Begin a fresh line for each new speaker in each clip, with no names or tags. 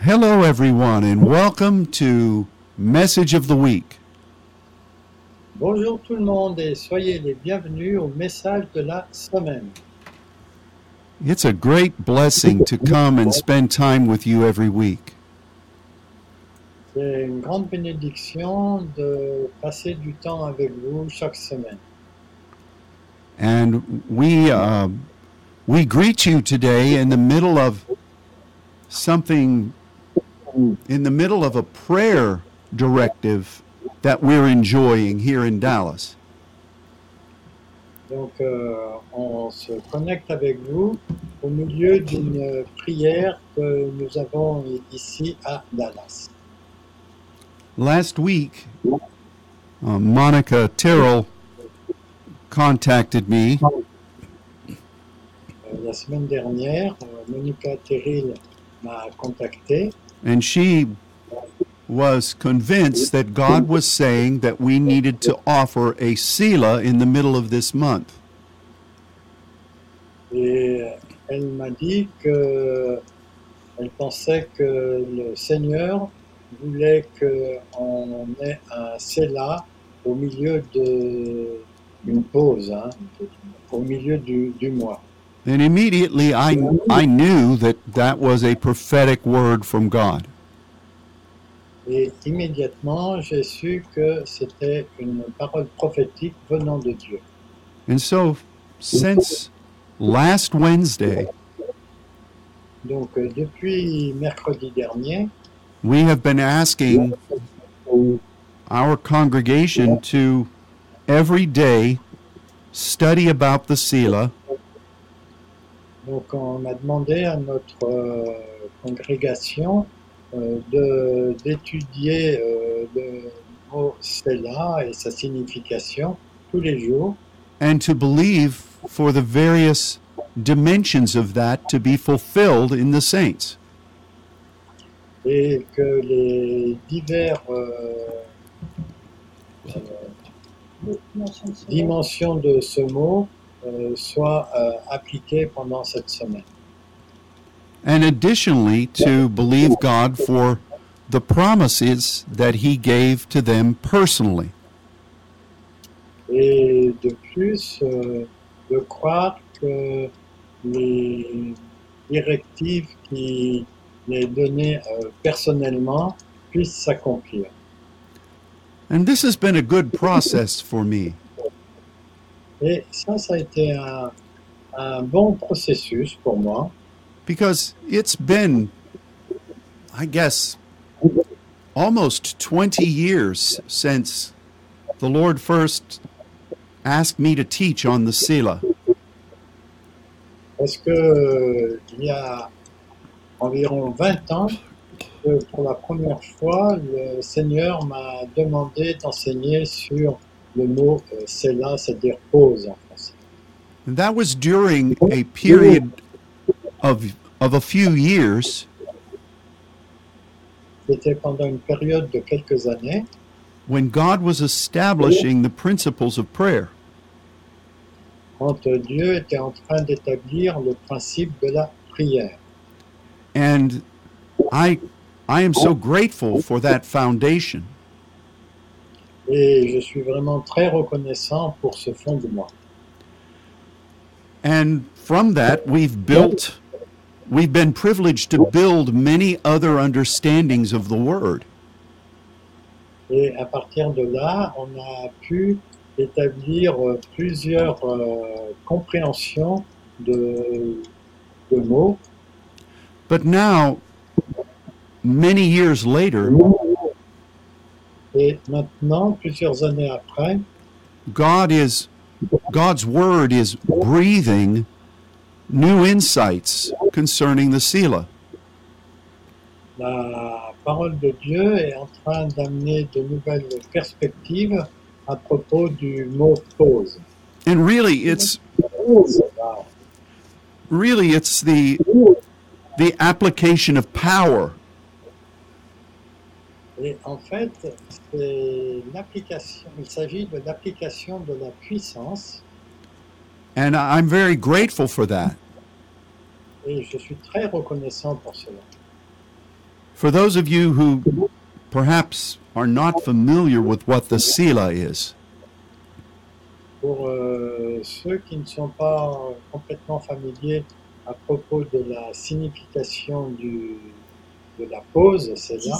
Hello, everyone, and welcome to Message of the Week.
Bonjour tout le monde et soyez les bienvenus au message de la semaine.
It's a great blessing to come and spend time with you every week.
C'est une grande bénédiction de passer du temps avec vous chaque semaine.
And we, um, we greet you today in the middle of something, in the middle of a prayer directive that we're enjoying here in Dallas.
Donc euh, on se connecte avec vous au milieu d'une prière que nous avons ici à Dallas.
Last week, uh, Monica Terrell contacted me
Euh, la semaine dernière, euh, Monica Terril m'a contacté
And she was convinced that God was saying that we needed to offer a Sela in the middle of this month.
et elle m'a dit que elle pensait que le Seigneur voulait qu'on ait un cela au milieu de une pause, hein, au milieu du, du mois.
And immediately I, I knew that that was a prophetic word from God.
Et immédiatement, j'ai su que c'était une parole prophétique venant de Dieu.
And so, since last Wednesday,
Donc, euh, depuis mercredi dernier,
we have been asking our congregation to every day study about the Sela
Donc on a demandé à notre euh, congrégation euh, de- d'étudier euh, le mot Sela et sa signification tous les jours
and to believe for the various dimensions of that to be fulfilled in the saints.
et que les divers euh, euh, dimensions de ce mot euh, soient euh, appliquées pendant cette semaine.
And additionally, to believe God for the promises that He gave to them personally.
Et de plus, euh, de croire que les directives qui les données euh, personnellement puissent s'accomplir.
And this has been a good process for me.
Et ça, ça a été un, un bon processus pour moi,
because it's been, I guess, almost 20 years since the Lord first asked me to teach on the Sila.
parce que euh, il y a environ 20 ans, que pour la première fois, le Seigneur m'a demandé d'enseigner sur le mot euh, Sela, c'est-à-dire pause en français.
And that was during a period of, of a few years
C'était pendant une période de quelques années
when God was establishing the principles of prayer.
quand euh, Dieu était en train d'établir le principe de la prière.
And I, I am so grateful for that foundation.
Et je suis vraiment très reconnaissant pour ce fondement.
And from that, we've built, we've been privileged to build many other understandings of the word.
Et à partir de là, on a pu établir euh, plusieurs euh, compréhensions de, de mots.
But now, many years later,
Et maintenant, plusieurs années après,
God is, God's word is breathing new insights concerning the Sela.
la parole de Dieu est en train d'amener de nouvelles perspectives à propos du mot pause.
And really, it's really it's the the application of power
Et en fait, c'est l'application, il s'agit de l'application de la puissance
And I- I'm very grateful for that.
et je suis très reconnaissant pour cela.
For those of you who perhaps are not familiar with what the sila is,
Pour euh, ceux qui ne sont pas euh, complètement familiers à propos de la signification du, de la pause, c'est là.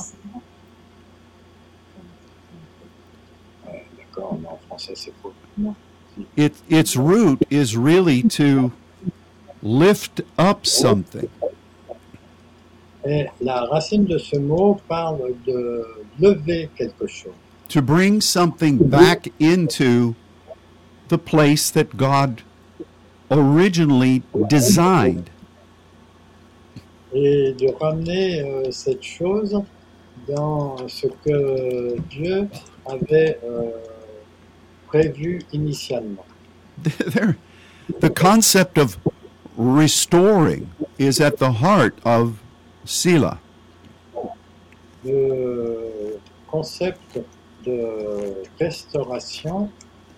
D'accord, mais en français c'est faux.
it, its root is really to lift up something.
Et la racine de ce mot parle de lever quelque chose,
to bring something back into the place that God originally designed.
et de ramener euh, cette chose dans ce que Dieu avait euh, prévu initialement.
There- the concept of restoring is at the heart of Sila.
le concept de restauration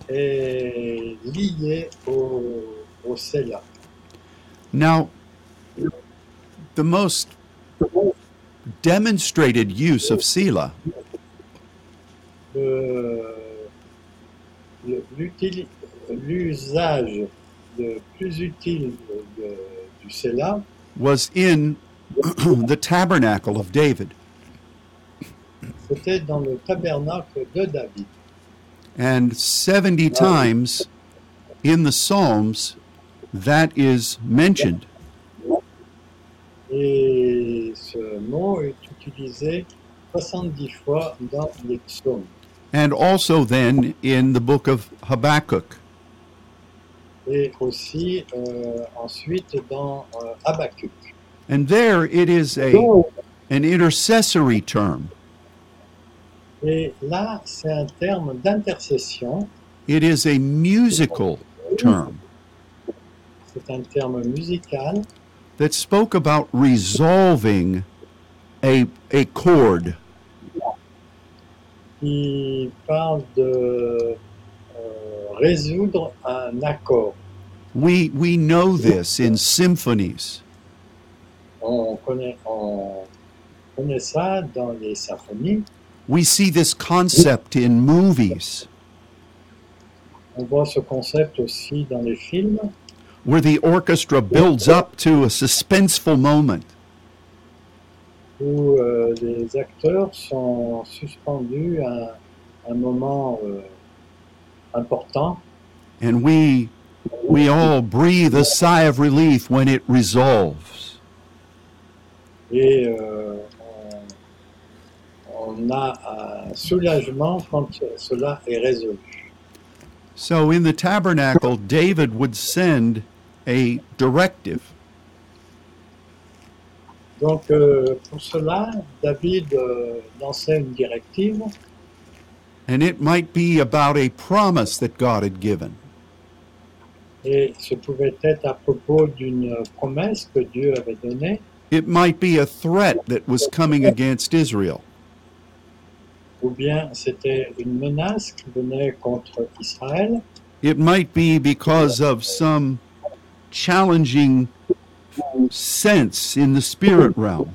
est lié au, au E CELA.
Now, the most demonstrated use of Sila
Le- le- l'utili- L'usage le plus utile de- de- du E CELA
was in the tabernacle of David.
c'était dans le tabernacle de David.
And 70 times in the Psalms, that is mentioned.
Et ce mot est utilisé 70 fois dans les psaumes
And also then in the book of Habakkuk.
et aussi euh, ensuite dans euh, Habakkuk.
And there it is a, an intercessory term.
Et là, c'est un terme d'intercession,
It is a musical term
c'est un terme musical
that spoke about resolving a, a chord.
qui parle de euh, résoudre un accord.
We, we know this in symphonies.
On connaît, on connaît ça dans les symphonies,
We see this concept in movies
on voit ce concept aussi dans les films,
where the orchestra builds up to a suspenseful moment.
où euh, les acteurs sont suspendus à un moment euh, important
And we, we all breathe a sigh of relief when it resolves.
et euh, on, on a un soulagement quand cela est résolu.
So in the tabernacle, David would send a directive.
Donc euh, pour cela, David euh, lançait une directive
And it might be about a promise that God had given.
et ce pouvait être à propos d'une promesse que Dieu avait donnée
It might be a threat that was coming against Israel.
ou bien c'était une menace qui venait contre Israël
It might be because of some challenging sense in the spirit realm.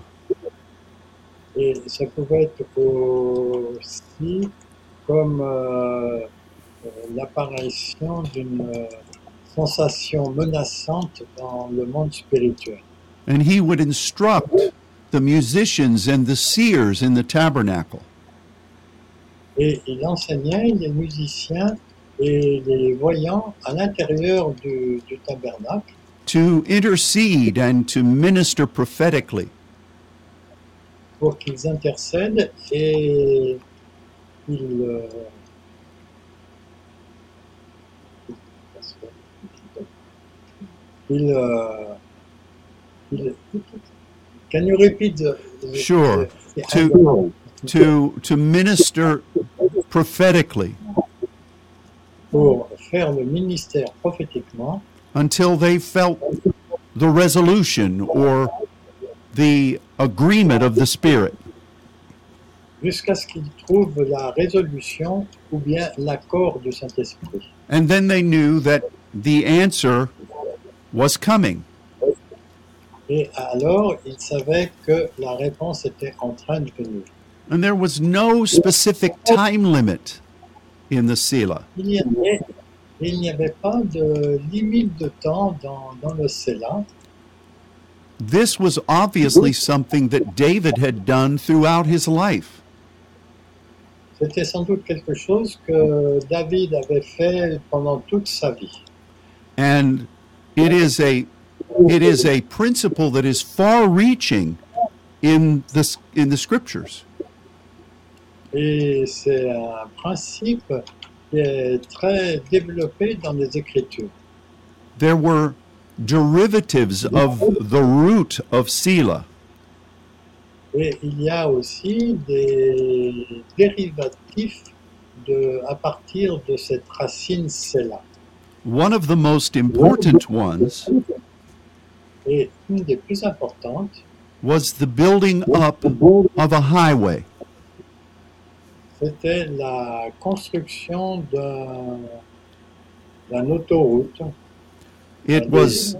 et ça pouvait être aussi comme euh, euh, l'apparition d'une euh, sensation menaçante dans le monde spirituel.
And he would instruct the musicians and the seers in the tabernacle.
Et il enseignait les musiciens et les voyants à l'intérieur du, du tabernacle
to intercede and to minister prophetically.
pour qu'ils intercèdent et ils, euh, ils, euh, ils- Can you repeat the- the-
Sure.
the-
To- To to minister prophetically
pour faire le ministère prophétiquement
until they felt the resolution or the agreement of the Spirit.
jusqu'à ce qu'ils trouvent la résolution ou bien l'accord du Saint-Esprit.
And then they knew that the answer was coming.
Et alors, il savait que la réponse était en train de venir.
And there was no specific time limit in the Sila.
Il n'y avait, il n'y avait pas de limite de temps dans, dans le Sela.
This was obviously something that David had done throughout his life.
C'était sans doute quelque chose que David avait fait pendant toute sa vie.
And it is a it is a principle that is far reaching in this in the scriptures.
Et c'est un principe qui est très développé dans les Écritures.
There were derivatives of the root of Sila.
Et il y a aussi des dérivatifs de, à partir de cette racine Sela.
One of the most important ones
Et une des plus importantes,
was the building up of a highway.
c'était la construction d'un d'un autoroute,
It was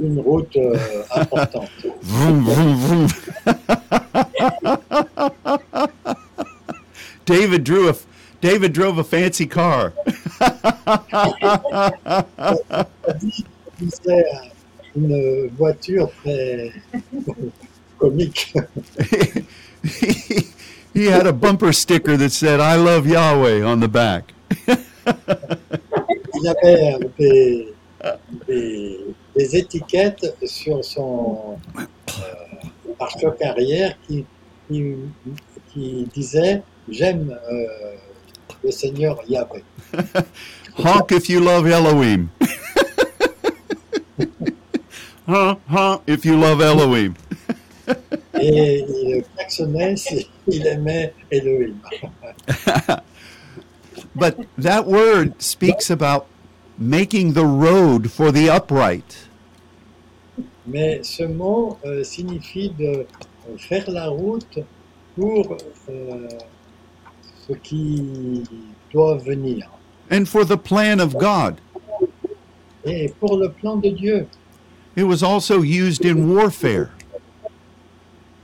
une route euh, importante.
vroom, vroom, vroom. David drew a David drove a fancy car.
C'était une voiture très comique.
he, he had a bumper sticker that said "I love Yahweh" on the back.
Il avait des, des, des étiquettes sur son euh, pare-choc arrière qui, qui, qui disaient J'aime euh, le Seigneur Yahweh.
Honk if you love Elohim. honk, honk if you love Elohim.
Et il klaxonnait s'il aimait Elohim.
But that word speaks about making the road for the upright.
Mais ce mot euh, signifie de faire la route pour euh, ce qui doit venir
and for the plan of God.
et pour le plan de Dieu.
It was also used in warfare.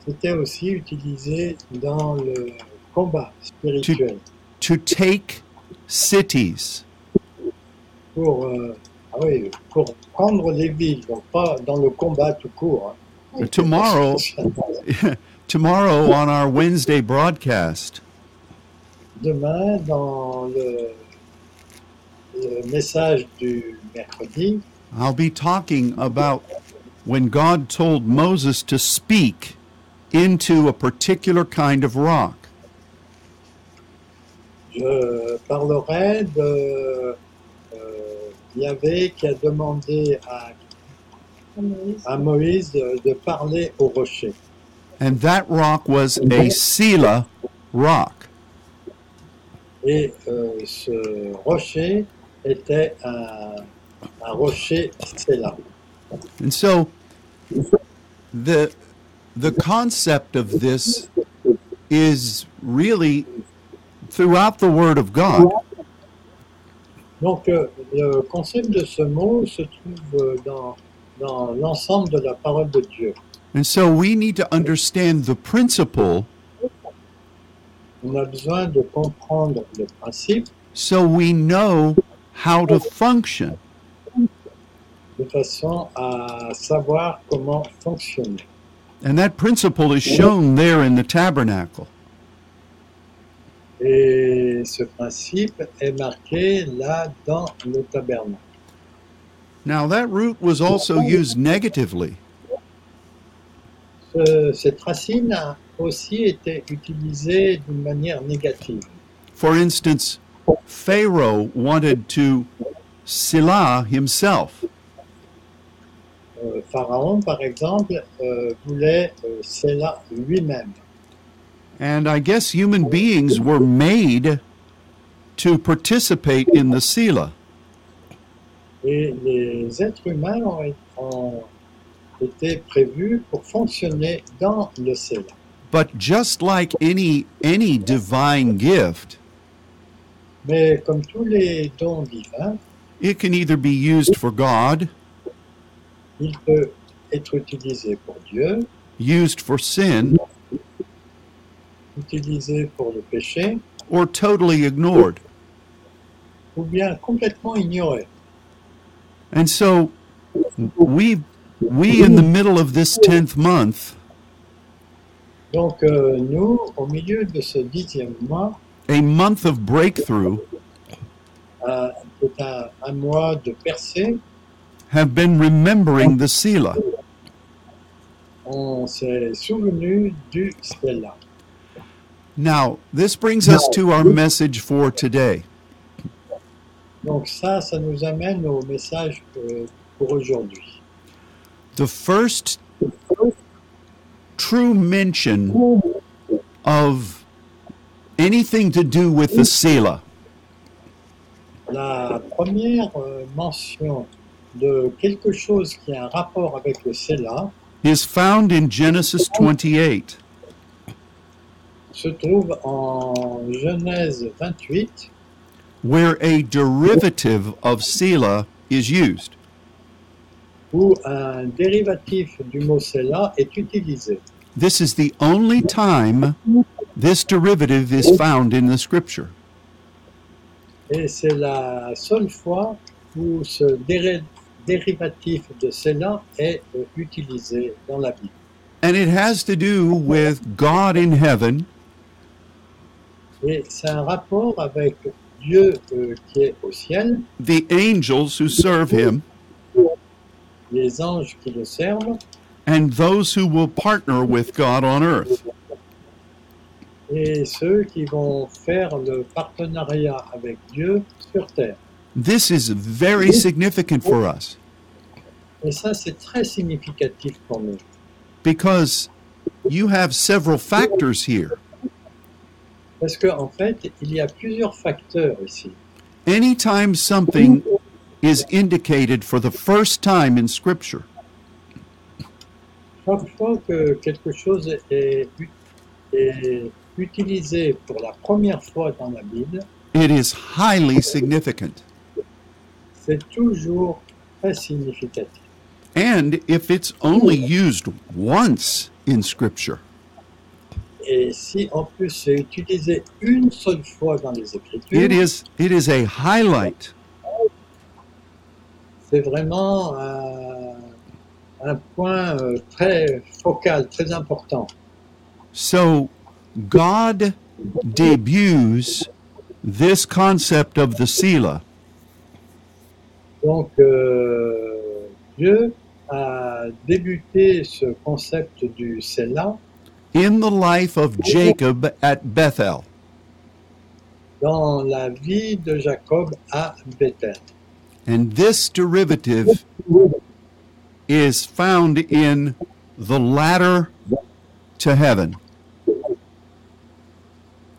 C'était aussi utilisé dans le combat spirituel
to take cities.
pour, euh, ah oui, pour prendre les villes, donc pas dans le combat tout court. hein.
Tomorrow, tomorrow on our Wednesday broadcast,
Demain, dans le, le message du mercredi,
I'll be talking about when God told Moses to speak into a particular kind of rock.
je parlerai de euh, Yahvé qui a demandé à, à Moïse de, de parler au rocher.
And that rock was a Sela rock.
Et euh, ce rocher était un, un rocher Sela.
And so the the concept of this is really throughout the word of God.
Donc euh, le concept de ce mot se trouve euh, dans, dans l'ensemble de la parole de Dieu.
And so we need to understand the principle
On a besoin de comprendre le principe
so we know how to function.
de façon à savoir comment fonctionner.
And that principle is shown there in the tabernacle.
Et ce principe est marqué là dans le tabernacle.
Now that root was also used negatively.
Ce- cette racine a aussi été utilisée d'une manière négative.
For instance, Pharaoh wanted to Silah himself.
Euh, Pharaon, par exemple, euh, voulait euh, Séla lui-même.
And I guess human beings were made to participate in the Sila.
Et les êtres humains ont, ont été prévus pour fonctionner dans le Séla.
But just like any any divine gift,
Mais comme tous les dons divins,
it can either be used for God
il peut être utilisé pour Dieu,
used for sin,
utilisé pour le péché,
or totally ignored.
ou bien complètement ignoré.
And so we we in the middle of this 10th month,
Donc euh, nous, au milieu de ce dixième mois,
a month of breakthrough,
euh, c'est un, un mois de percée,
have been remembering the Sila.
on s'est souvenu du Stella.
Now, this brings us to our message for today.
Donc ça, ça nous amène au message euh, pour aujourd'hui.
The first true mention of anything to do with the Sila
La première euh, mention de quelque chose qui a un rapport avec le Sela
is found in Genesis 28.
se trouve en Genèse 28,
where a derivative of Sila is used.
où un dérivatif du mot Sela est utilisé.
This is the only time this derivative is found in the scripture.
Et c'est la seule fois où ce déré- dérivatif de cela est euh, utilisé dans la Bible.
And it has to do with God in heaven
Et c'est un rapport avec Dieu euh, qui est au ciel,
the angels who serve him
les anges qui le servent,
and those who will partner with God on earth.
et ceux qui vont faire le partenariat avec Dieu sur terre.
This is very significant for us
Et ça, c'est très significatif pour nous.
because you have several factors here.
Parce qu'en en fait, il y a plusieurs facteurs ici.
Anytime something is indicated for the first time in scripture,
Chaque fois que quelque chose est, u- est utilisé pour la première fois dans la Bible,
it is highly significant.
c'est toujours très significatif.
And if it's only used once in Scripture,
Et si en plus c'est utilisé une seule fois dans
it
les Écritures,
is it is a highlight.
c'est vraiment un, un point euh, très focal, très important.
So God debuts this concept of the Sila
Donc euh, Dieu a débuté ce concept du Sélah
in the life of Jacob at Bethel.
dans la vie de Jacob à Bethel.
And this derivative is found in the ladder to heaven.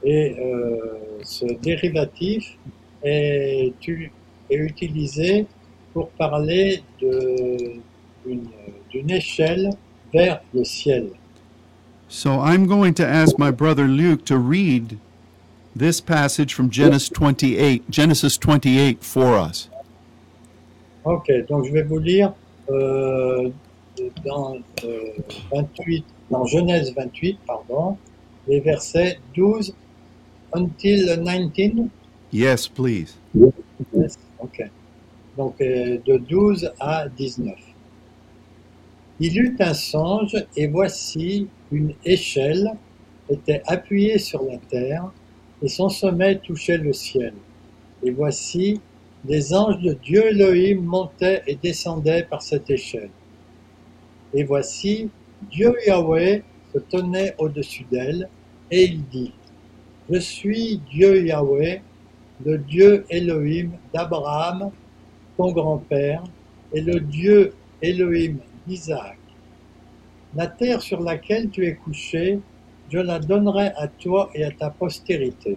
Et euh, ce dérivatif est, u- est utilisé pour parler de- d'une d'une échelle vers le ciel.
So I'm going to ask my brother Luke to read this passage from Genesis 28, Genesis 28 for us.
Ok, donc je vais vous lire euh, dans, euh, 28, dans Genèse 28, pardon, les versets 12 until 19.
Yes, please.
Yes, ok. Donc euh, de 12 à 19. Il eut un songe et voici une échelle était appuyée sur la terre et son sommet touchait le ciel. Et voici des anges de Dieu Elohim montaient et descendaient par cette échelle. Et voici Dieu Yahweh se tenait au-dessus d'elle et il dit, Je suis Dieu Yahweh, le Dieu Elohim d'Abraham, ton grand-père, et le Dieu Elohim d'Isaac. La terre sur laquelle tu es couché, je la donnerai à toi et à ta postérité.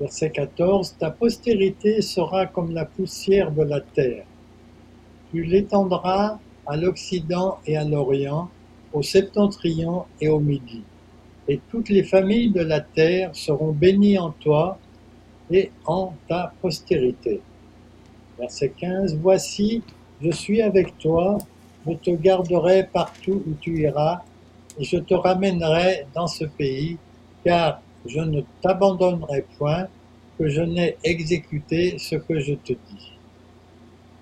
Verset 14. Ta postérité sera comme la poussière de la terre. Tu l'étendras à l'Occident et à l'Orient, au septentrion et au Midi. Et toutes les familles de la terre seront bénies en toi, et en ta postérité. Verset 15, Voici, je suis avec toi Je te garderai partout où tu iras, et je te ramènerai dans ce pays, car je ne t'abandonnerai point que je n'ai exécuté ce que je te dis.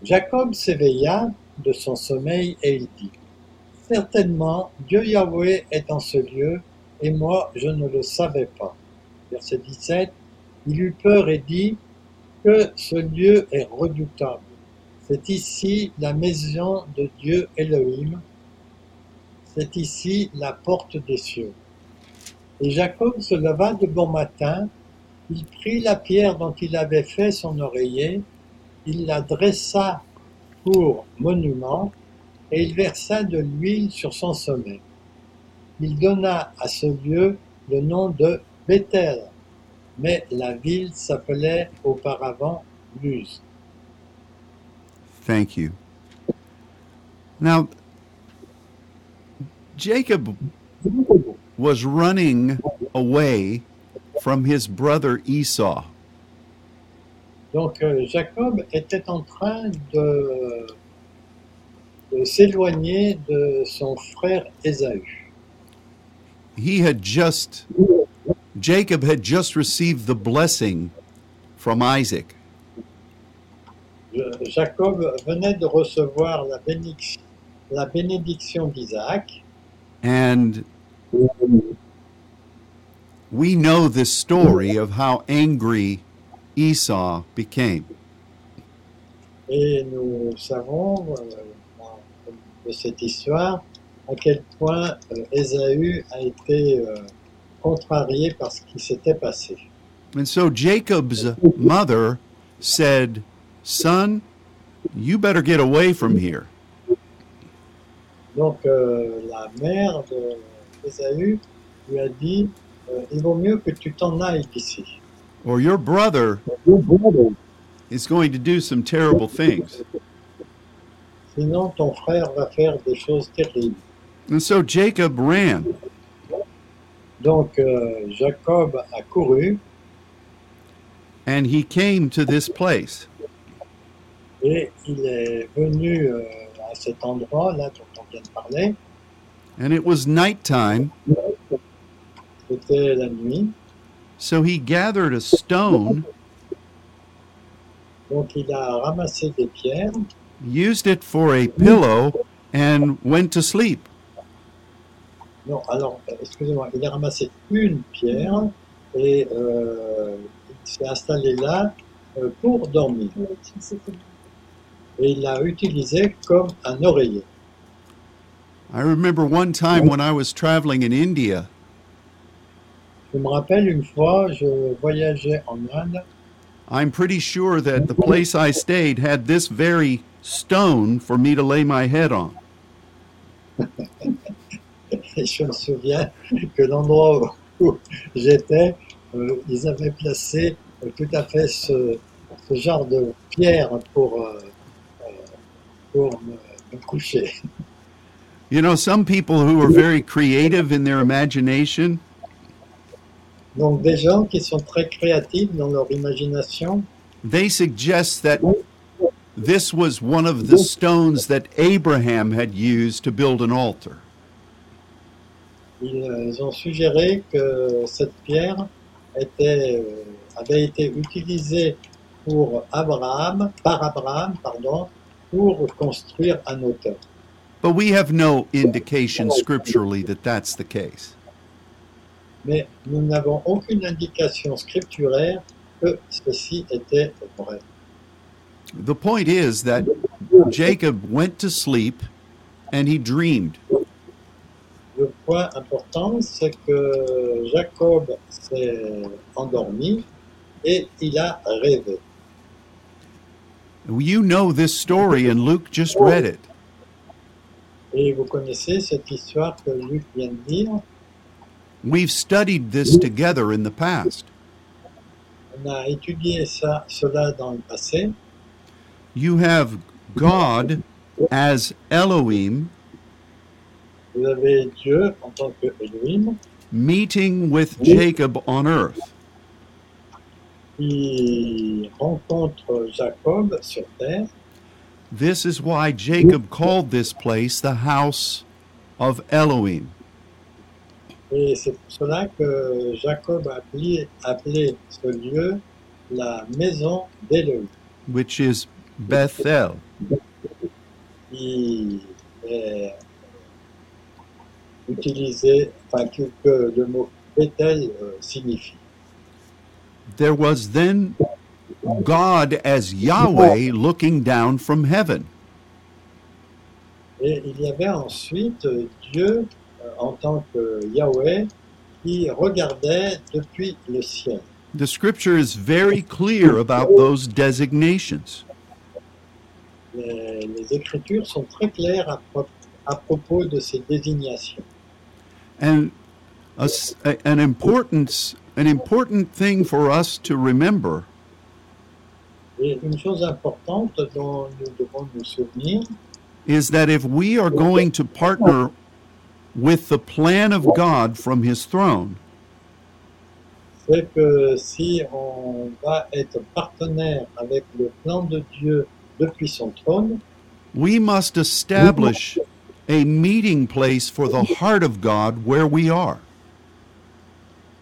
Jacob s'éveilla de son sommeil et il dit, Certainement, Dieu Yahweh est en ce lieu, et moi je ne le savais pas. Verset 17, il eut peur et dit, Que ce lieu est redoutable. C'est ici la maison de Dieu Elohim, c'est ici la porte des cieux. Et Jacob se leva de bon matin, il prit la pierre dont il avait fait son oreiller, il la dressa pour monument, et il versa de l'huile sur son sommet. Il donna à ce lieu le nom de Bethel, mais la ville s'appelait auparavant Luz.
Thank you. Now, Jacob was running away from his brother Esau.
Donc euh, Jacob était en train de, de s'éloigner de son frère Ésaü.
He had just, Jacob had just received the blessing from Isaac.
Je- Jacob venait de recevoir la bénédiction, la bénédiction d'Isaac.
And we know the story of how angry Esau became.
Et nous savons euh, dans- de cette histoire à quel point euh, Ésaü a été euh, contrarié par ce qui s'était passé.
And so Jacob's mother said, Son, you better get away from here.
Donc euh, la mère de- d'Ésaü lui a dit euh, il vaut mieux que tu t'en ailles d'ici.
or your brother is going to do some terrible things.
Sinon ton frère va faire des choses terribles.
And so Jacob ran.
Donc euh, Jacob a couru
And he came to this place.
et il est venu euh, à cet endroit là dont on vient de parler.
And it was nighttime,
C'était la nuit.
so he gathered a stone,
Donc il a ramassé des pierres,
used it for a pillow, and went to sleep.
non, alors, euh, excusez-moi, il a ramassé une pierre et euh, il s'est installé là euh, pour dormir. Et il l'a utilisé comme un oreiller.
I remember one time when I was traveling in India,
Je me rappelle une fois, je voyageais en Inde
I'm pretty sure that the place I stayed had this very stone for me to lay my head on.
et je me souviens que l'endroit où j'étais, euh, ils avaient placé euh, tout à fait ce, ce genre de pierre pour, euh, euh, pour me- me coucher.
You know, some people who are very creative in their imagination
Donc des gens qui sont très créatifs dans leur imagination,
they suggest that this was one of the stones that Abraham had used to build an altar.
ils euh, ont suggéré que cette pierre était, euh, avait été utilisée pour Abraham, par Abraham, pardon, pour construire un autel.
But we have no indication scripturally that that's the case.
Mais nous n'avons aucune indication scripturaire que ceci était vrai.
The point is that Jacob went to sleep and he dreamed.
Le point important, c'est que Jacob s'est endormi et il a rêvé.
You know this story, and Luke just read it.
Et vous connaissez cette histoire que Luc vient de dire.
We've studied this together in the past.
On a étudié ça, cela dans le passé.
You have God as Elohim
Vous avez Dieu en tant que Elohim
meeting with Jacob on earth.
qui rencontre Jacob sur terre.
This is why Jacob called this place the house of Elohim.
Et c'est pour cela que Jacob a appelé, appelé ce lieu la maison d'Élohim,
which is Bethel.
qui est utilisé, enfin que, que le mot Bethel euh, signifie.
There was then God as Yahweh looking down from heaven.
Et il y avait ensuite Dieu euh, en tant que Yahweh qui regardait depuis le ciel.
The scripture is very clear about those designations.
Les, les Écritures sont très claires à, pro- à propos de ces désignations.
And a s- a- an, importance, an important thing for us to remember
Et une chose importante dont nous devons nous souvenir,
is that if we are going to partner with the plan of God from his throne,
c'est que si on va être partenaire avec le plan de Dieu depuis son trône,
we must establish a meeting place for the heart of God where we are.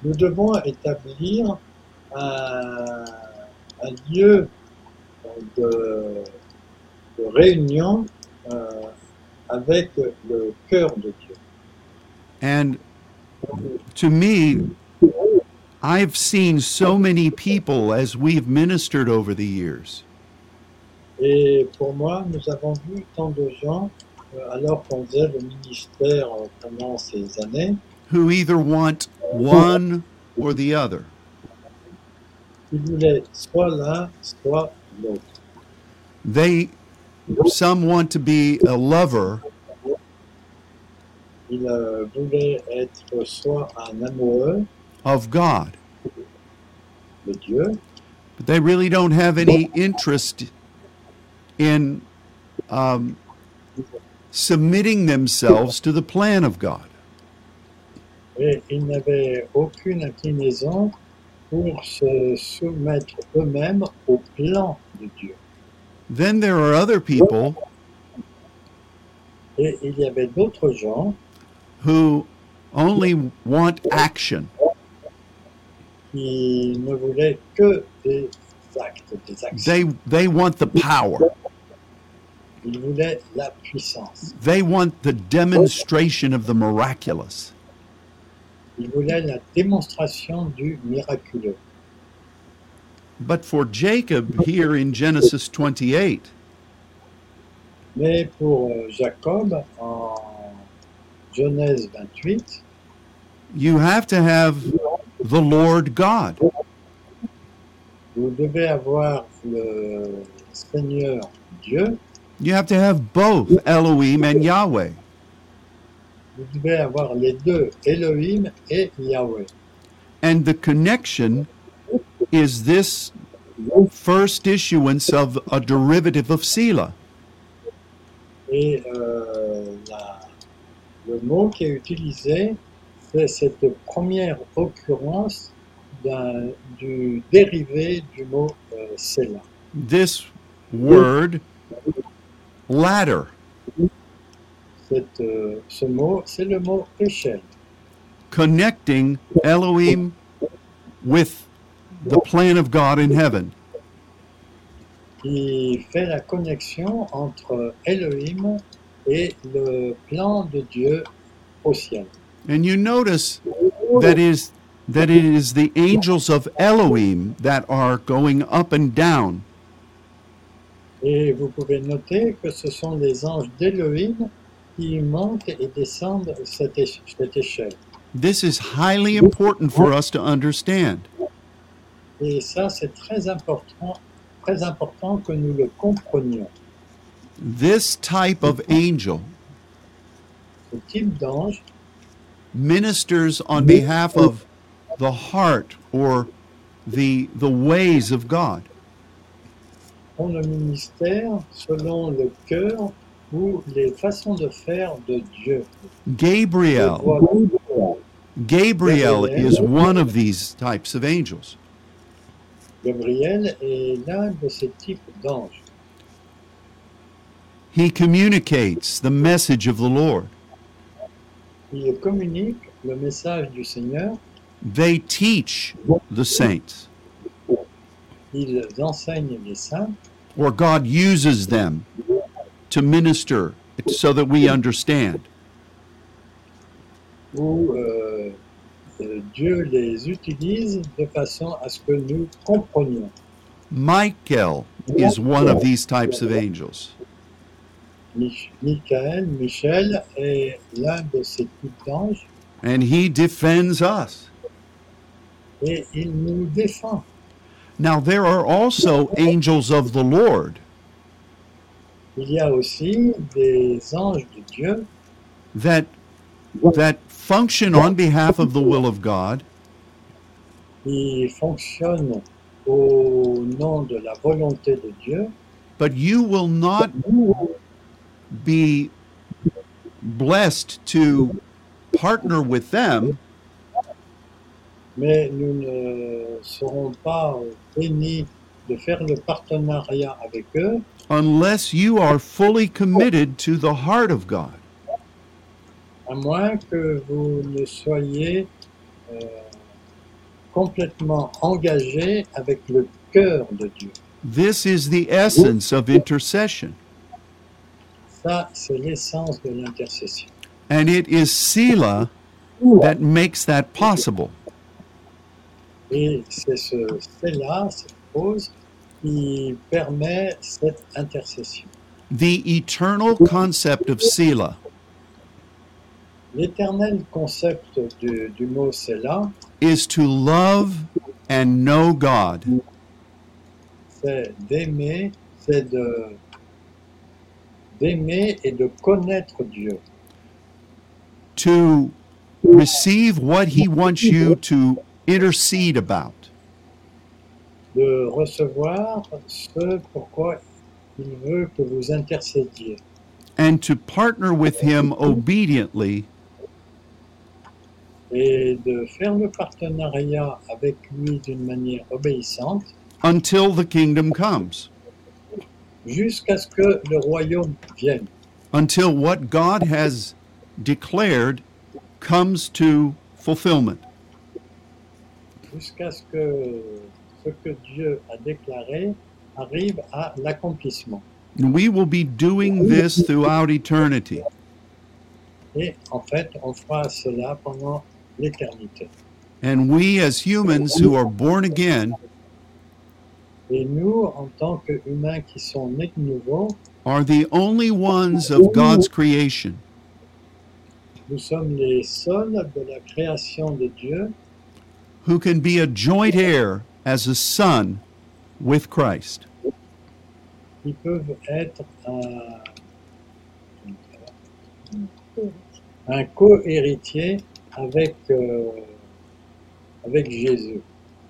nous devons établir un, un lieu euh, de, de réunion euh, avec le cœur de Dieu.
And to me, I've seen so many people as we've ministered over the years
Et pour moi, nous avons vu tant de gens, euh, alors qu'on faisait le ministère euh, pendant ces années,
who either want one or the other.
qui voulaient soit l'un, soit l'autre.
They some want to be a lover
Il euh, voulait être soit un amoureux
of God,
de Dieu,
but they really don't have any interest in um, submitting themselves to the plan of God.
et ils n'avaient aucune inclinaison pour se soumettre eux-mêmes au plan de Dieu.
Then there are other people
Et il y avait d'autres gens
who only want action.
qui ne voulaient que des actes, des actions.
They they want the power.
Ils voulaient la puissance.
They want the demonstration of the miraculous.
Ils voulaient la démonstration du miraculeux.
But for Jacob here in Genesis 28,
Mais pour euh, Jacob, en Genèse 28,
you have to have the Lord God.
vous devez avoir le Seigneur Dieu,
You have to have both Elohim and Yahweh.
vous devez avoir les deux, Elohim et Yahweh.
And the connection is this first issuance of a derivative of Selah.
Et euh, la- le mot qui est utilisé, c'est cette première occurrence d'un- du dérivé du mot euh, Séla.
This word, ladder.
Cette, euh, ce mot, c'est le mot échelle.
connecting Elohim with the plan of God in heaven.
qui fait la connexion entre Elohim et le plan de Dieu au ciel.
And you notice that is that it is the angels of Elohim that are going up and down
Et vous pouvez noter que ce sont les anges d'Elohim qui montent et descendent cette, éche- cette échelle.
This is highly important for us to understand.
Et ça, c'est très important, très important que nous le comprenions.
This type of angel
Ce type d'ange
ministers on behalf of the heart or the the ways of God.
ont le ministère selon le cœur ou les façons de faire de Dieu.
Gabriel Gabriel is one of these types of angels.
Gabriel est l'un de ces types d'anges.
He communicates the message of the Lord.
Il communique le message du Seigneur,
They teach the saints,
il enseigne les saints,
or God uses them to minister so that we understand.
où euh, euh, Dieu les utilise de façon à ce que nous comprenions.
Michael is one of these types of angels.
Mich- Michael, Michel est l'un de ces types d'anges
and he defends us.
et il nous défend.
Now, there are also angels of the Lord.
Il y a aussi des anges de Dieu
that that function on behalf of the will of God
qui fonctionnent au nom de la volonté de Dieu.
but you will not be blessed to partner with them
Mais nous ne serons pas euh, bénis de faire le partenariat avec eux
unless you are fully committed to the heart of God
à moins que vous ne soyez euh, complètement engagé avec le cœur de Dieu.
this is the essence of intercession
Ça, c'est l'essence de l'intercession.
and it is Selah that makes that possible
Et c'est ce, c'est là, cette pause, qui permet cette intercession.
the eternal concept of Selah
L'éternel concept du, du mot c'est là,
is to love and know God
c'est d'aimer, c'est de d'aimer et de connaître Dieu,
to receive what he wants you to intercede about.
de recevoir ce pourquoi il veut que vous intercédiez
And to partner with him obediently
et de faire le partenariat avec lui d'une manière obéissante
until the kingdom comes,
jusqu'à ce que le royaume vienne,
until what God has declared comes to fulfillment.
jusqu'à ce que ce que Dieu a déclaré arrive à l'accomplissement.
And we will be doing this throughout eternity.
Et en fait, on fera cela pendant l'éternité.
And we, as humans who are born again,
Et nous, en tant qu'humains qui sont nés de nouveau,
are the only ones of God's creation
nous sommes les seuls de la création de Dieu
who can be a joint heir as a son with Christ.
qui peuvent être un, un co-héritier avec, euh, avec Jésus.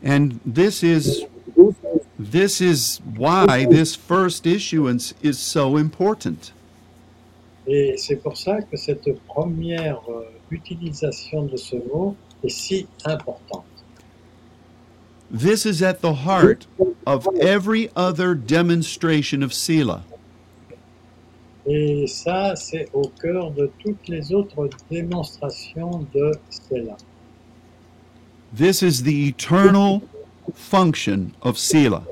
And this is this is why this first issuance is so important.
Et c'est pour ça que cette première euh, utilisation de ce mot est si importante.
This is at the heart of every other demonstration of Sila.
Et ça, c'est au cœur de toutes les autres démonstrations de cela.
This is the eternal function of Sila.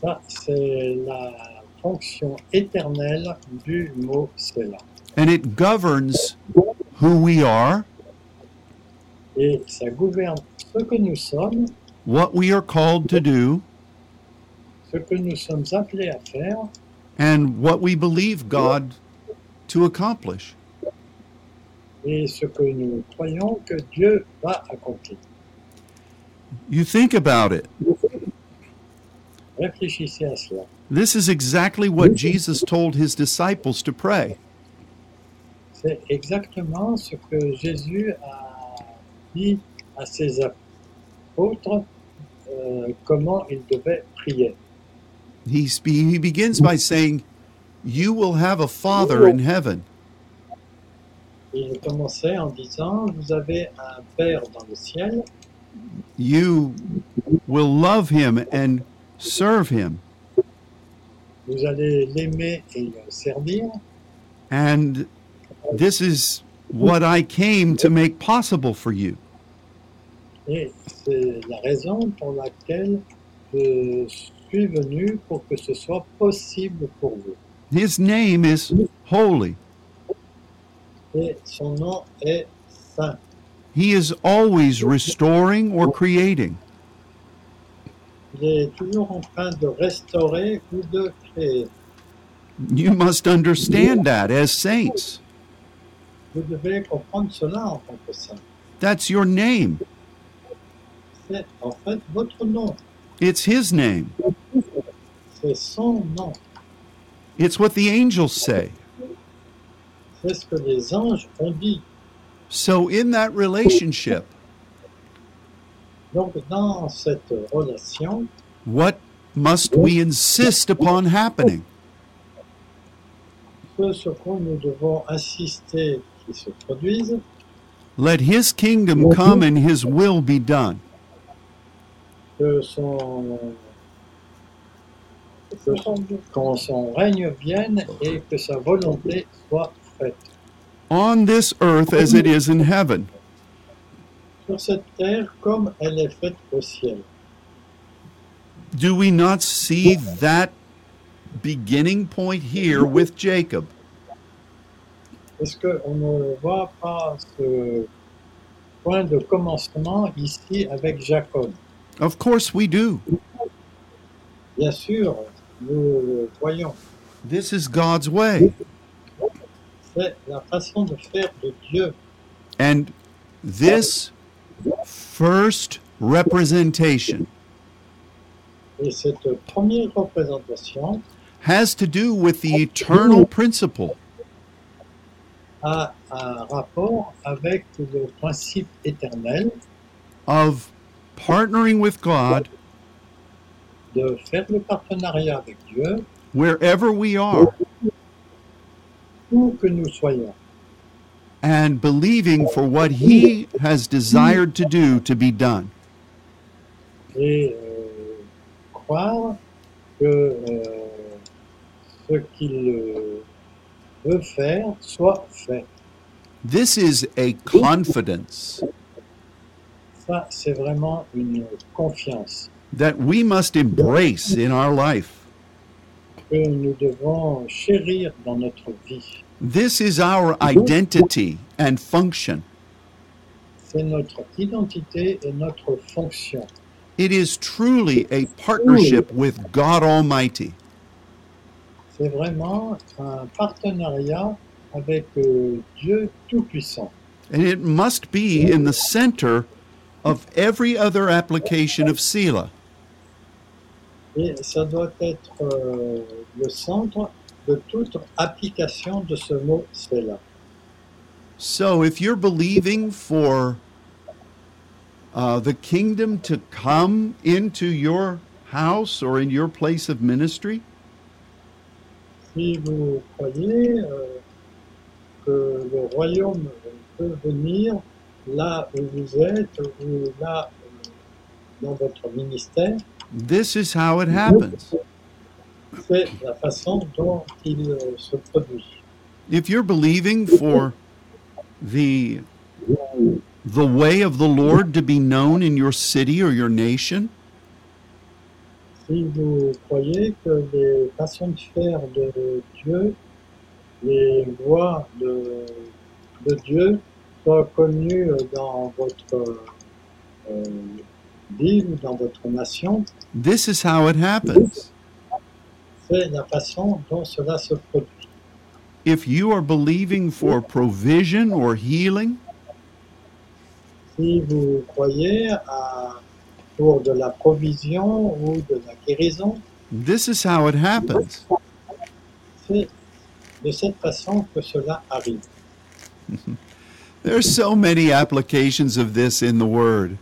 Ça, c'est la fonction éternelle du mot cela.
And it governs who we are,
Et ça gouverne ce que nous sommes,
what we are called to do,
ce que nous sommes appelés à faire
and what we believe God to accomplish.
et ce que nous croyons que Dieu va accomplir.
You think about it.
Réfléchissez à cela.
This is exactly what Jesus told his disciples to pray.
C'est exactement ce que Jésus a dit à ses apôtres euh, comment ils devaient prier.
He, spe- he begins by saying, You will have a father in heaven.
Il commençait en disant, vous avez un Père dans le ciel,
You will love him and serve him.
Vous allez l'aimer et le servir.
And this is what I came to make possible for you.
Et c'est la raison pour laquelle je suis venu pour que ce soit possible pour vous.
His name is holy.
Et son nom est Saint.
He is always restoring or creating.
Il est toujours en train de restaurer ou de créer.
You must understand that as saints.
Vous devez comprendre cela en tant que saint.
That's your name.
C'est en fait votre nom.
It's his name.
C'est son nom.
It's what the angels say.
C'est ce que les anges ont dit.
So, in that relationship,
Donc, dans cette relation,
what must we insist upon happening?
que ce que nous devons insister qu'il se produise,
Let his kingdom come and his will be done.
que son, que son, qu'on son règne vienne et que sa volonté soit faite.
on this earth as it is in heaven.
Sur cette terre comme elle est faite au ciel.
Do we not see that beginning point here with Jacob?
Est-ce qu'on ne voit pas ce point de commencement ici avec Jacob
Of course we do.
Bien sûr, nous le voyons.
This is God's way.
C'est la façon de faire de Dieu.
And this first representation
Et cette première représentation
has to do with the eternal principle.
a un rapport avec le principe éternel
of partnering with God
de faire le partenariat avec Dieu
wherever we are
où que nous soyons
and believing for what He has desired to do to be done.
et euh, croire que euh, ce qu'il euh, veut faire soit fait.
This is a confidence
Ça, c'est vraiment une confiance
that we must embrace in our life.
que nous devons chérir dans notre vie.
This is our identity and function.
C'est notre identité et notre fonction.
It is truly a partnership with God Almighty.
C'est vraiment un partenariat avec euh, Dieu Tout-Puissant.
And it must be in the center of every other application of Sila.
Et ça doit être euh, le centre de toute application de ce mot cela.
So if you're believing for uh, the kingdom to come into your house or in your place of ministry,
Si vous croyez euh, que le royaume peut venir là où vous êtes ou là euh, dans votre ministère,
this is how it happens.
c'est la façon dont il euh, se produit.
If you're believing for the the way of the Lord to be known in your city or your nation,
Si vous croyez que les façons de faire de Dieu, les voies de, de Dieu soient connues dans votre euh, ville, dans votre nation,
this is how it happens.
c'est la façon dont cela se produit.
If you are believing for provision or healing,
Si vous croyez à, pour de la provision ou de la guérison,
this is how it happens.
c'est de cette façon que cela arrive.
There's so many applications of this in the Word.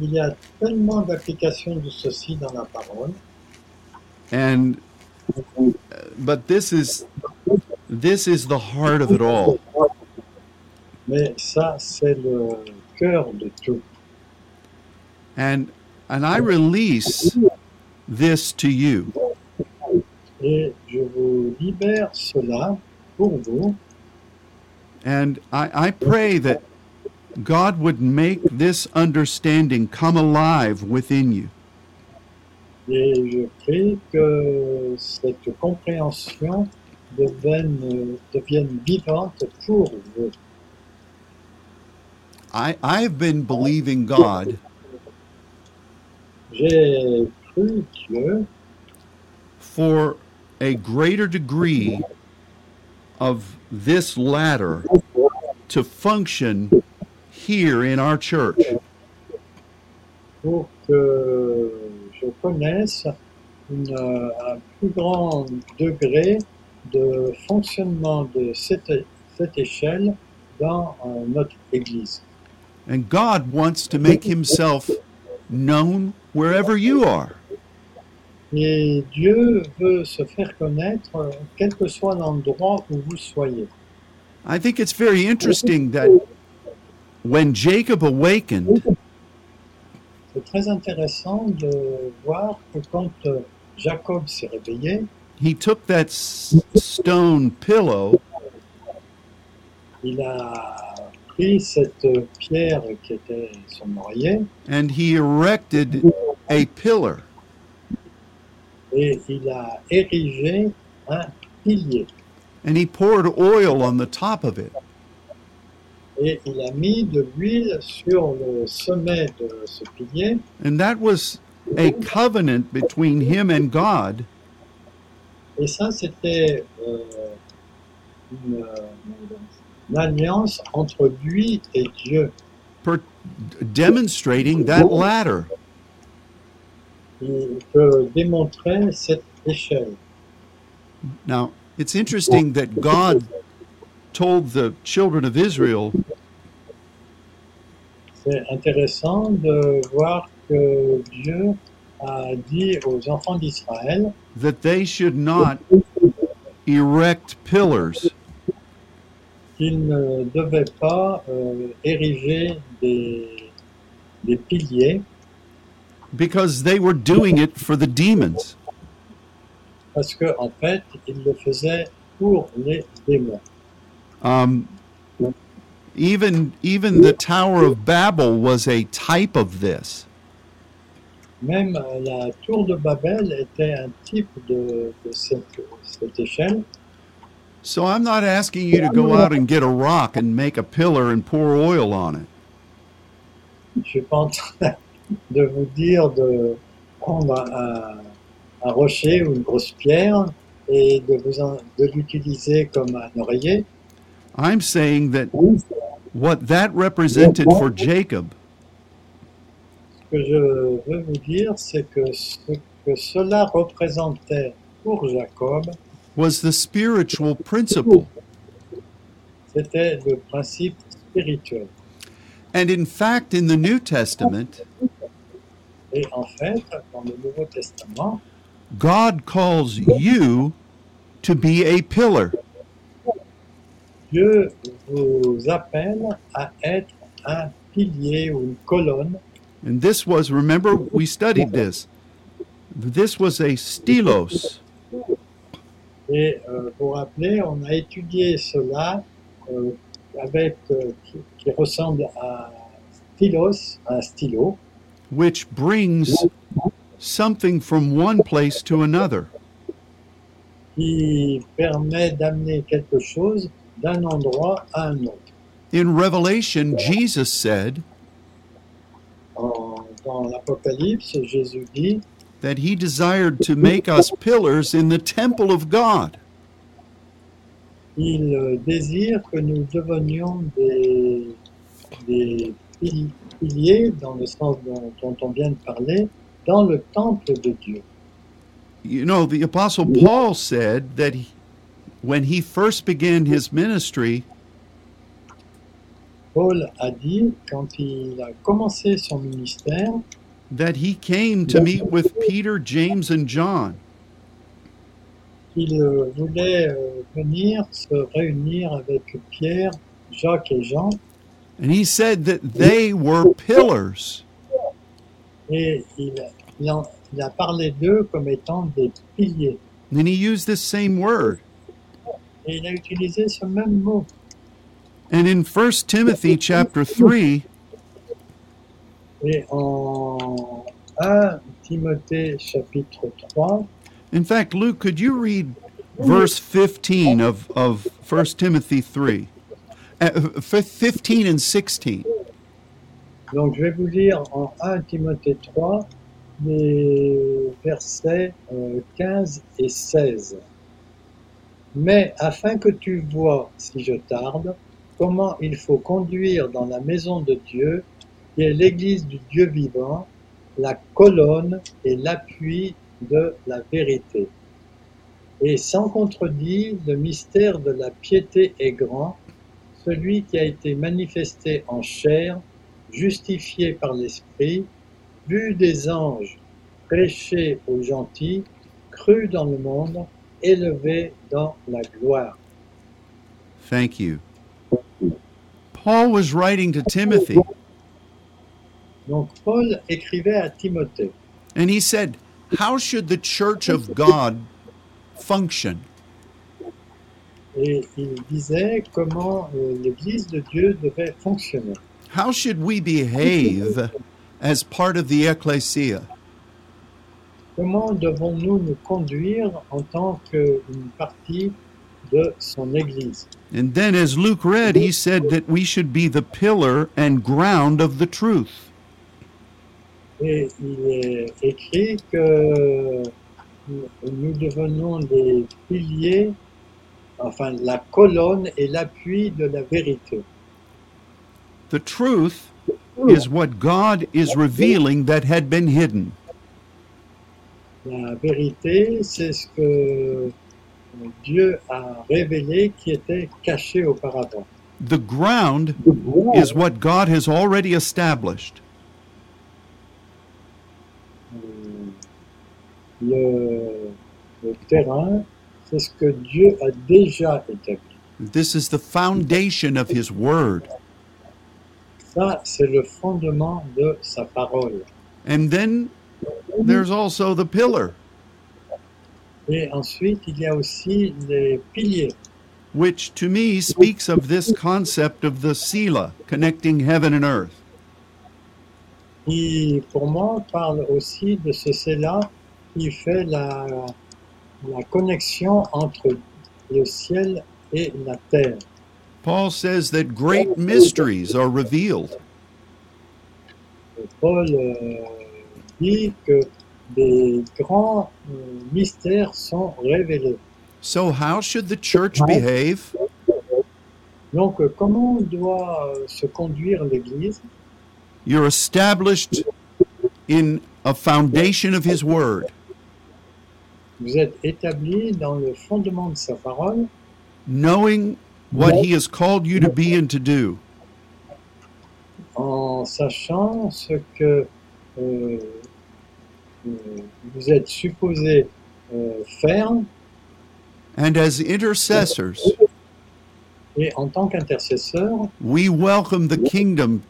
Il y a tellement d'applications de ceci dans la parole.
and uh, but this is this is the heart of it all
Mais ça, c'est le cœur de tout.
and and i release this to you
et je vous libère cela pour vous.
And I, I pray that God would make this understanding come alive within you.
Et je prie que cette compréhension devienne, euh, devienne vivante pour vous.
I, I've been believing God
J'ai cru Dieu
for a greater degree of this ladder to function here in our church.
pour que je connaisse une, euh, un plus grand degré de fonctionnement de cette, cette échelle dans euh, notre Église.
And God wants to make himself known wherever you are.
Et Dieu veut se faire connaître, euh, quel que soit l'endroit où vous soyez.
I think it's very interesting that when Jacob awakened,
C'est très intéressant de voir que quand euh, Jacob s'est réveillé,
he took that s- stone pillow
il a pris cette pierre qui était son oreiller
and he erected a pillar.
et il a érigé un pilier.
and he poured oil on the top of it.
Et il a mis de l'huile sur le sommet de ce pilier.
And that was a covenant between him and God
Et ça, c'était euh, une, euh, une alliance entre lui et Dieu.
per- demonstrating that ladder.
Il peut démontrer cette échelle.
Now, it's interesting that God told the children of Israel,
C'est intéressant de voir que Dieu a dit aux enfants d'Israël
that they should not erect pillars,
qu'ils ne devaient pas euh, ériger des, des piliers
because they were doing it for the demons.
parce que en fait, ils le faisaient pour les démons.
Um, even, even the Tower of Babel was a type of this.
Même la tour de Babel était un type de, de cette, cette échelle.
So I'm not asking you to go out and get a rock and make a pillar and pour oil on it.
Je suis pas en train de vous dire de prendre un, un rocher ou une grosse pierre et de, vous en- de l'utiliser comme un oreiller.
I'm saying that what that represented for Jacob
Ce que je veux vous dire, c'est que ce que cela représentait pour Jacob,
was the spiritual principle.
c'était le principe spirituel.
And in fact, in the New Testament,
Et en fait, dans le Nouveau Testament,
God calls you to be a pillar.
Dieu vous appelle à être un pilier ou une colonne.
And this was, remember, we studied this. This was a stilos.
Et euh, vous vous rappelez, on a étudié cela euh, avec euh, qui, qui ressemble à stylos, à un stylo,
which brings something from one place to another.
qui permet d'amener quelque chose d'un endroit à un autre.
In Revelation, Jesus said,
En- dans l'Apocalypse, Jésus dit
that he desired to make us pillars in the temple of God.
il euh, désire que nous devenions des, des pil- piliers, dans le sens dont- dont on vient de parler, dans le temple de Dieu.
You know, the Apostle Paul said that he, when he first began his ministry,
Paul a dit, quand il a commencé son ministère,
that he came to meet with Peter, James, and John.
qu'il euh, voulait euh, venir se réunir avec Pierre, Jacques et Jean,
And he said that they were pillars.
et il, il en- il a parlé d'eux comme étant des piliers.
And he used this same word.
Et il a utilisé ce même mot.
And in 1 Timothy chapter 3,
Et en 1 Timothée chapitre 3,
in fact, Luke, could you read verse 15 of, of 1 Timothy 3? Uh, f- 15 and 16.
donc je vais vous lire en 1 Timothée 3 les versets euh, 15 et 16. Mais afin que tu vois, si je tarde, comment il faut conduire dans la maison de Dieu, qui est l'église du Dieu vivant, la colonne et l'appui de la vérité. Et sans contredit, le mystère de la piété est grand, celui qui a été manifesté en chair, justifié par l'Esprit, vu des anges, prêché aux gentils, cru dans le monde, élevé dans la gloire.
Thank you. Paul was writing to Timothy,
Donc Paul écrivait à Timothée
and he said, How should the church of God function?
et il disait comment euh, l'Église de Dieu devait fonctionner.
How should we behave as part of the ecclesia?
Comment devons-nous nous conduire en tant qu'une partie de son Église
And then, as Luke read, he said that we should be the pillar and ground of the truth.
Et il est écrit que nous devenons des piliers, enfin la colonne et l'appui de la vérité.
The truth is what God is revealing that had been hidden.
La vérité, c'est ce que Dieu a révélé qui était caché auparavant.
The ground is what God has already established.
Euh, Le, le terrain, c'est ce que Dieu a déjà établi.
This is the foundation of His Word.
Ça, c'est le fondement de sa parole.
And then there's also the pillar,
Et ensuite, il y a aussi les piliers.
which to me speaks of this concept of the Sela, connecting heaven and earth.
qui, pour moi, parle aussi de ce cela qui fait la, la connexion entre le ciel et la terre.
Paul says that great mysteries are revealed.
Et Paul euh, dit que des grands euh, mystères sont révélés.
So, how should the church behave?
Donc, euh, comment doit euh, se conduire l'Église
You're established in a foundation of His Word.
Vous êtes établi dans le fondement de sa parole,
knowing what he has called you to be and to do.
en sachant ce que euh, euh, vous êtes supposé euh, faire
And as intercessors,
et en tant qu'intercesseur,
we welcome the kingdom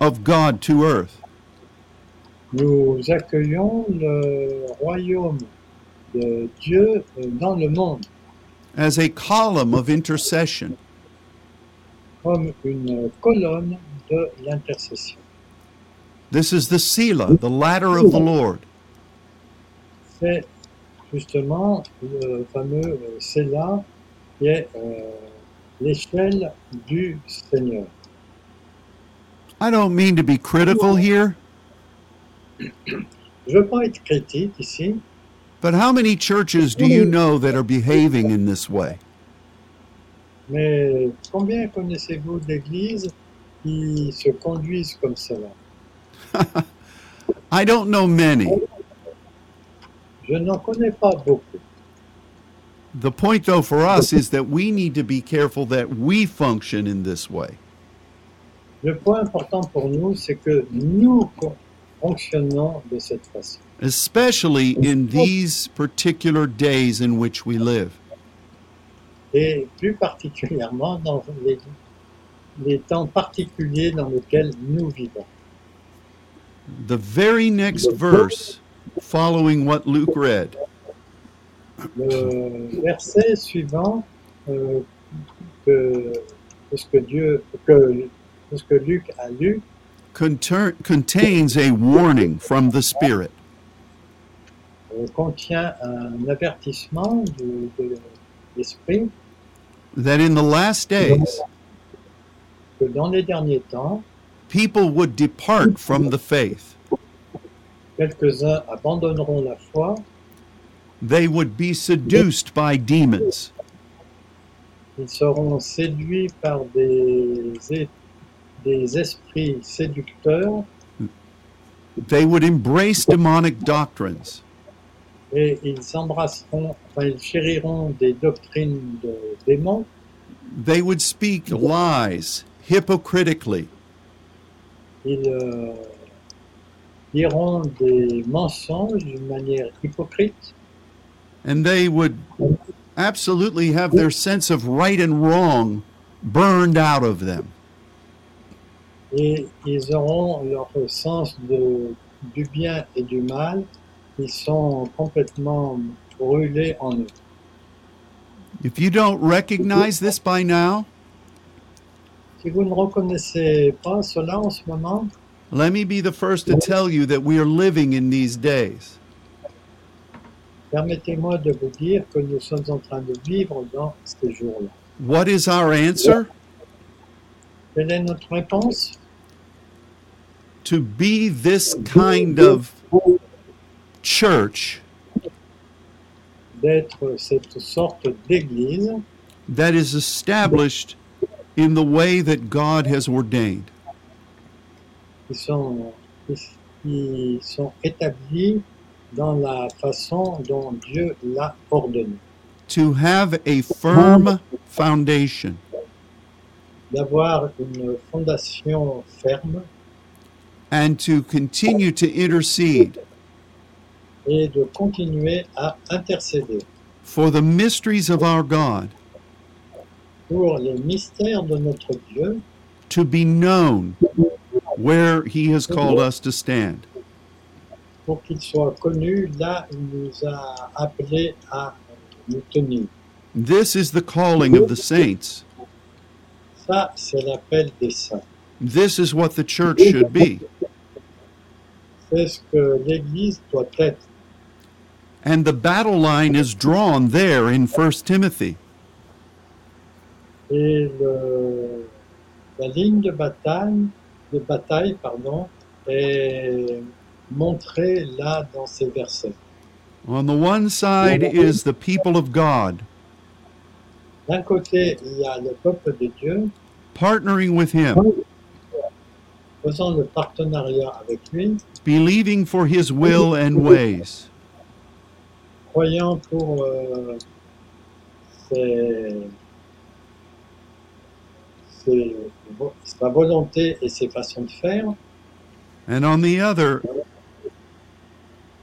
of God to earth.
nous accueillons le royaume de Dieu euh, dans le monde
As a column of intercession,
comme une colonne de l'intercession.
this is the Sela, the ladder of the Lord.
C'est justement le fameux euh, Séla qui est euh, l'échelle du Seigneur.
I don't mean to be critical here,
Je ne veux pas être critique ici,
but how many churches do you know that are behaving in this way?
Mais combien connaissez-vous d'églises qui se conduisent comme cela
I don't know many.
Je n'en connais pas beaucoup.
The point, though, for us is that we need to be careful that we function in this way.
Le point important pour nous, c'est que nous con- fonctionnons de cette façon,
especially in these particular days in which we live.
et plus particulièrement dans les, les temps particuliers dans lesquels nous vivons.
The very next verse following what Luke read
le verset suivant euh, que, de ce que Dieu, que, de ce que Luc a lu,
conter- contains a warning from the Spirit.
euh, contient un avertissement de, de l'esprit
that in the last days
que dans les derniers temps,
people would depart from the faith.
quelques-uns abandonneront la foi,
They would be seduced by demons.
ils seront séduits par des, é- des esprits séducteurs
They would embrace demonic doctrines.
et ils embrasseront, enfin, ils chériront des doctrines de démons,
They would speak lies hypocritically.
ils euh, diront des mensonges d'une manière hypocrite,
And they would absolutely have their sense of right and wrong burned out of them.
et ils auront leur sens de, du bien et du mal, ils sont complètement brûlés en eux.
If you don't recognize this by now,
Si vous ne reconnaissez pas cela en ce moment,
let me be the first to tell you that we are living in these days.
permettez-moi de vous dire que nous sommes en train de vivre dans ces jours-là.
What is our answer?
Quelle est notre réponse
to be this kind of church
D'être cette sorte d'église
that is established in the way that God has ordained.
qui sont, qui sont établies dans la façon dont Dieu l'a ordonné.
To have a firm foundation,
D'avoir une fondation ferme
and to continue to intercede
et de continuer à intercéder
for the mysteries of our God
pour les mystères de notre Dieu
to be known where He has called us to stand.
pour qu'il soit connu là où il nous a appelés à nous tenir.
This is the calling of the saints.
Ça, c'est l'appel des saints.
This is what the church should be.
C'est ce que l'Église doit être.
And the battle line is drawn there in 1 Timothy.
Et le- la ligne de bataille, de bataille pardon, est montrée là dans ces versets.
On the one side is the people of God
D'un côté, il y a le peuple de Dieu
partnering with Him,
faisant le partenariat avec lui,
believing for His will and ways,
croyant pour euh, ses- ses- sa volonté et ses façons de faire,
and on the other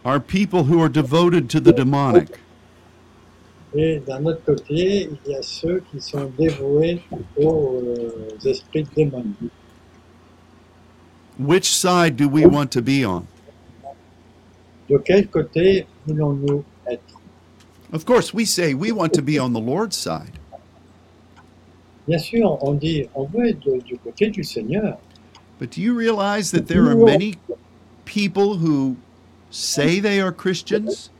are people who are devoted to the demonic.
Et d'un autre côté, il y a ceux qui sont dévoués aux euh, esprits démoniaques.
Which side do we want to be on?
De quel côté voulons-nous être
Of course, we say we want to be on the Lord's side,
Bien sûr, on dit, on veut être de- du côté du Seigneur.
but do you realize that there are many people who say they are Christians,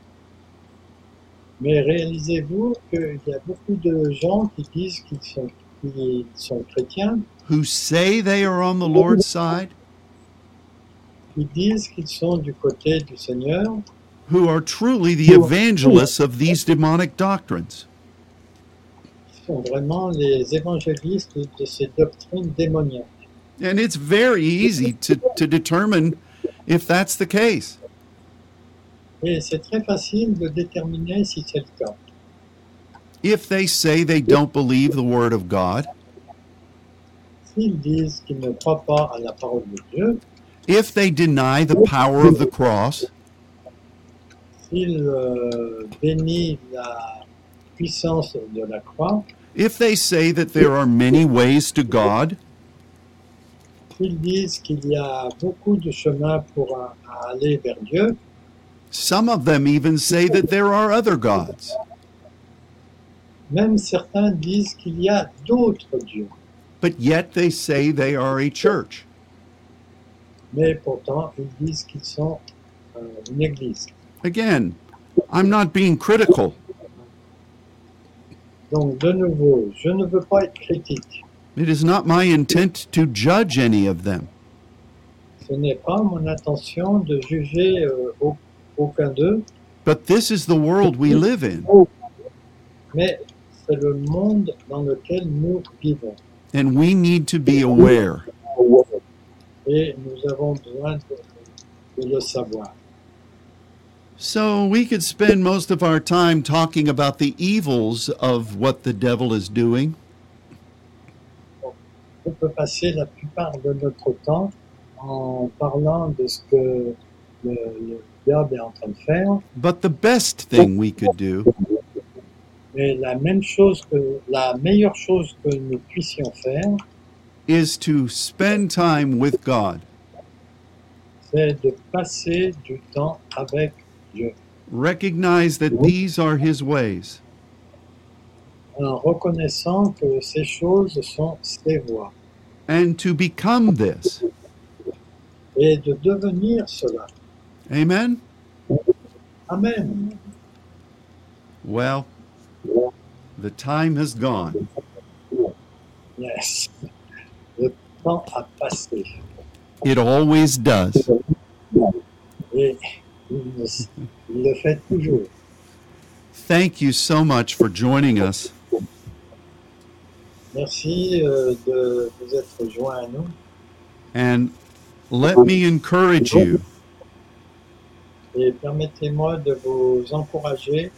Mais réalisez-vous qu'il y a beaucoup de gens qui disent qu'ils sont, qu'ils sont chrétiens,
who say they are on the Lord's side,
qui disent qu'ils sont du côté du Seigneur,
who are truly the evangelists of these demonic doctrines.
qui sont vraiment les évangélistes de ces doctrines démoniaques.
And it's very easy to, to determine if that's the case.
Et c'est très facile de déterminer si c'est le cas.
If they say they don't believe the Word of God,
S'ils disent qu'ils ne croient pas à la parole de Dieu,
if they deny the power of the cross,
s'ils euh, dénient la puissance de la croix,
if they say that there are many ways to God,
s'ils disent qu'il y a beaucoup de chemins pour a- à aller vers Dieu,
Some of them even say that there are other gods.
Même certains disent qu'il y a d'autres dieux,
But yet they say they are a church.
mais pourtant ils disent qu'ils sont euh, une église.
Again, I'm not being critical.
Donc de nouveau, je ne veux pas être critique.
It is not my intent to judge any of them.
Ce n'est pas mon intention de juger euh, au- aucun d'eux,
But this is the world we live in,
mais c'est le monde dans lequel nous vivons.
and we need to be aware.
Et nous avons besoin de, de le savoir.
So we could spend most of our time talking about the evils of what the devil is doing,
On peut passer la plupart de notre temps en parlant de ce que le, le diable est en train de faire,
but the best thing we could do
mais la même chose que la meilleure chose que nous puissions faire,
is to spend time with God,
c'est de passer du temps avec Dieu.
recognize that these are his ways,
en reconnaissant que ces choses sont ses voies
and to become this.
et de devenir cela.
Amen?
Amen.
Well, the time has gone.
Yes. Le temps a passé
It always does.
et il, le- il le fait toujours.
Thank you so much for joining us.
Merci euh, de vous être joint à nous
And let me encourage you
et permettez-moi de vous encourager.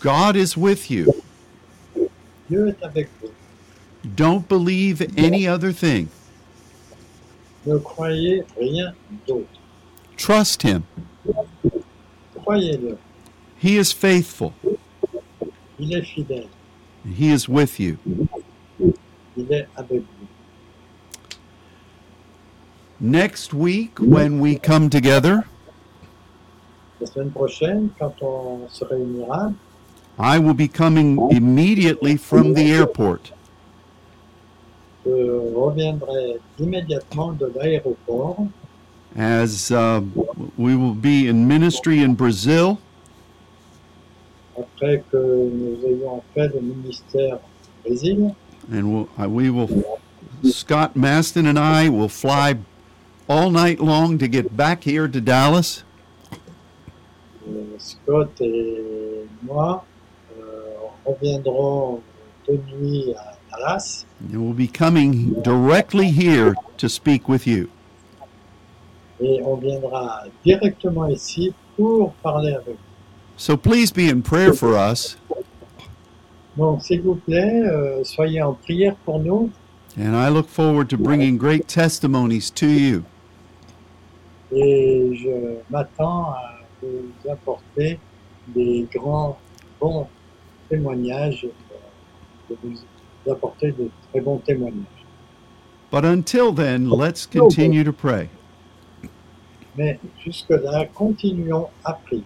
God is with you.
Dieu est avec vous.
Don't believe any other thing.
Ne croyez rien d'autre.
Trust Him.
Croyez-le.
He is faithful.
Il est fidèle.
He is with you.
Il est avec vous.
Next week, when we come together,
La semaine prochaine, quand on se réunira,
I will be coming immediately from the airport.
Je reviendrai immédiatement de l'aéroport
As uh, we will be in ministry in Brazil,
après que nous ayons fait le ministère au Brésil.
and we'll, I- we will, Scott Maston and I will fly all night long to get back here to Dallas.
Euh, Scott et moi euh, reviendrons de nuit à Dallas
And we'll be coming directly here to speak with you.
et on viendra directement ici pour parler avec vous.
So please be in prayer for us.
Donc, s'il vous plaît, euh, soyez en prière pour nous
And I look forward to bringing great testimonies to you.
et je m'attends à vous apporter des grands bons témoignages, euh, de vous apporter de très bons témoignages.
But until then, let's continue to pray.
Mais jusque-là, continuons à prier.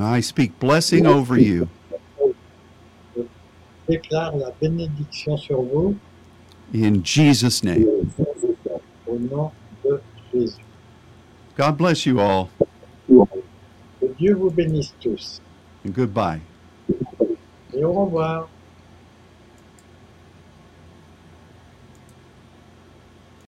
I speak blessing over you
Déclare la bénédiction sur vous
in Jesus' name.
au nom de Jésus.
God bless you all,
Que Dieu vous bénisse tous
and goodbye.
et au revoir.